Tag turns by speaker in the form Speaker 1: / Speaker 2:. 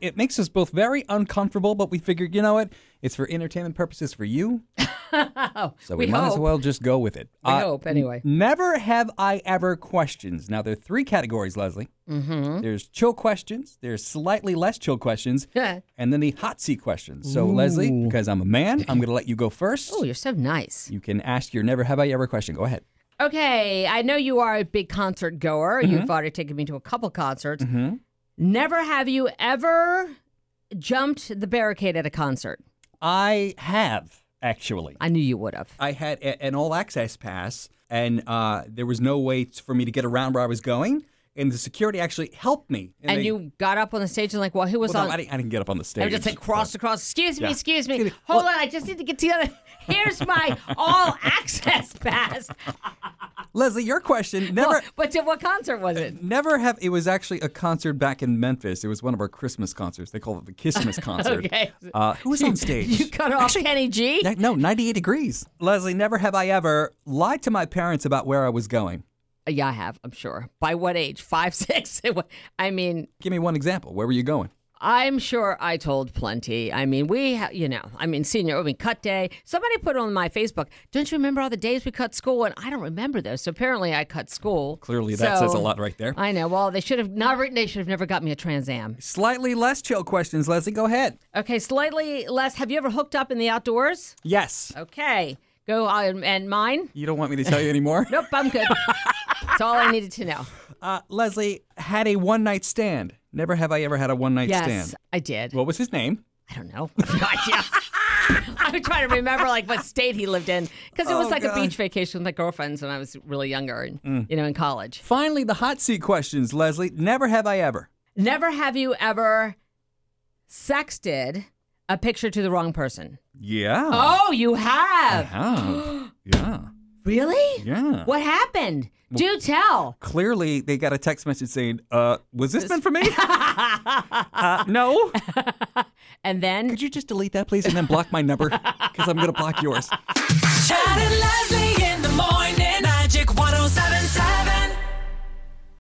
Speaker 1: it makes us both very uncomfortable, but we figured, you know what? It's for entertainment purposes for you. so we,
Speaker 2: we
Speaker 1: might as
Speaker 2: hope.
Speaker 1: well just go with it. Uh,
Speaker 2: I hope, anyway.
Speaker 1: Never have I ever questions. Now, there are three categories, Leslie. Mm-hmm. There's chill questions, there's slightly less chill questions,
Speaker 2: Yeah.
Speaker 1: and then the hot seat questions. So, Leslie, because I'm a man, I'm going to let you go first.
Speaker 2: Oh, you're so nice.
Speaker 1: You can ask your never have I ever question. Go ahead.
Speaker 2: Okay, I know you are a big concert goer. You've already taken me to a couple concerts.
Speaker 1: Mhm.
Speaker 2: Never have you ever jumped the barricade at a concert.
Speaker 1: I have, actually.
Speaker 2: I knew you would have.
Speaker 1: I had a, an all access pass, and uh, there was no way t- for me to get around where I was going. And the security actually helped me.
Speaker 2: And
Speaker 1: they-
Speaker 2: you got up on the stage and like, well, who was
Speaker 1: Well, no,
Speaker 2: on?
Speaker 1: I, didn't, I didn't get up on the stage.
Speaker 2: I was just like cross across. Excuse me,
Speaker 1: Yeah.
Speaker 2: excuse me.
Speaker 1: Excuse me.
Speaker 2: Hold on, I just need to get to the other. Here's my all access pass.
Speaker 1: Leslie, your question never.
Speaker 2: But to what concert was it?
Speaker 1: Never have it was actually a concert back in Memphis. It was one of our Christmas concerts. They call it the Kissmas concert.
Speaker 2: Okay.
Speaker 1: Uh, who was on stage?
Speaker 2: You cut off Kenny G.
Speaker 1: Ni- No, 98 degrees. Leslie, never have I ever lied to my parents about where I was going.
Speaker 2: yeah, I have. I'm sure. By what age? Five, six. It wa- I mean,
Speaker 1: Give me one example. Where were you going?
Speaker 2: I'm sure I told plenty. I mean, we, ha- you know, I mean, senior, I mean, cut day. Somebody put on my Facebook, don't you remember all the days we cut school? And I don't remember those. So apparently I cut school.
Speaker 1: Clearly, that
Speaker 2: So-
Speaker 1: says a lot right there.
Speaker 2: I know. Well, they should have not written, they should have never got me a Trans Am.
Speaker 1: Slightly less chill questions, Leslie. Go ahead.
Speaker 2: Okay, slightly less. Have you ever hooked up in the outdoors?
Speaker 1: Yes.
Speaker 2: Okay, go on. And mine?
Speaker 1: You don't want me to tell you anymore?
Speaker 2: Nope, I'm good. That's all I needed to know.
Speaker 1: uh, Leslie had a one night stand. Never have I ever had a one night
Speaker 2: Yes,
Speaker 1: stand.
Speaker 2: I did.
Speaker 1: What was his name?
Speaker 2: I don't know. I have no idea. I'm trying to remember like what state he lived in because it was
Speaker 1: Oh,
Speaker 2: like
Speaker 1: God. Mm.
Speaker 2: a beach vacation with my girlfriends when I was really younger and you know in college.
Speaker 1: Finally, the hot seat questions, Leslie. Never have I ever.
Speaker 2: Never have you ever sexted a picture to the wrong person.
Speaker 1: Yeah.
Speaker 2: Oh, you have.
Speaker 1: Yeah. yeah.
Speaker 2: Really?
Speaker 1: Yeah.
Speaker 2: What happened? Do tell.
Speaker 1: Clearly, they got a text message saying, uh, was this meant for me? uh, no.
Speaker 2: And then
Speaker 1: Could you just delete that, please, and then block my number? Because I'm going to block yours.
Speaker 3: Chad and Leslie.